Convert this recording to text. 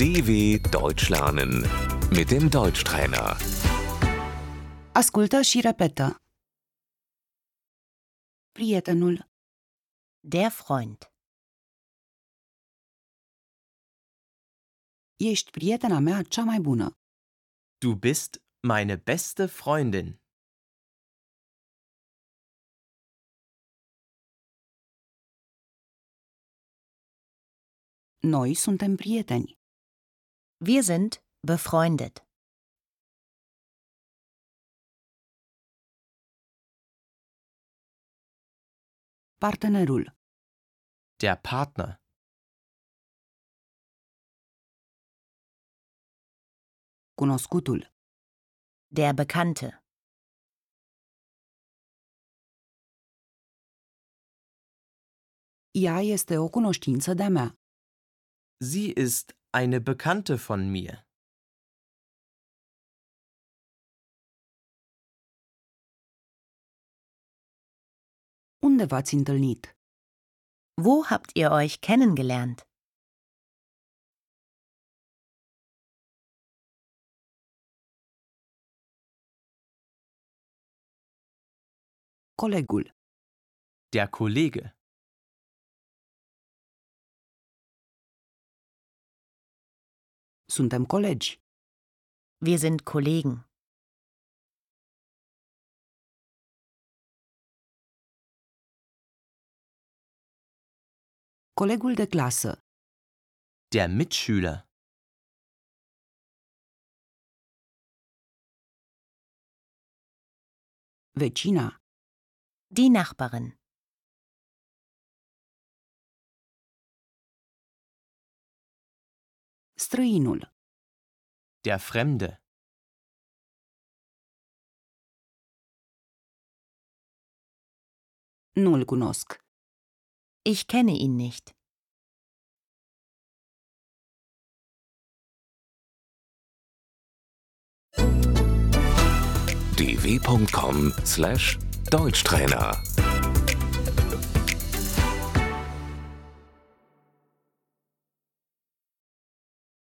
DW Deutsch lernen mit dem Deutschtrainer. Ascultă și repetă. Prietenul, Der Freund. ești prietena mea cea mai bună. Du bist meine beste Freundin. Noi suntem prieteni. Wir sind befreundet. Partenerul, Der Partner. cunoscutul, Der Bekannte. ea este o cunoștință de-a mea. Sie ist eine Bekannte von mir. Unde v-ați întâlnit? Wo habt ihr euch kennengelernt? Colegul, Der Kollege. suntem colegi. Wir sind Kollegen. Colegul de clasă, Der Mitschüler. vecina, Die Nachbarin. străinul, Der Fremde. nu-l cunosc. Ich kenne ihn nicht. dw.com/deutschtrainer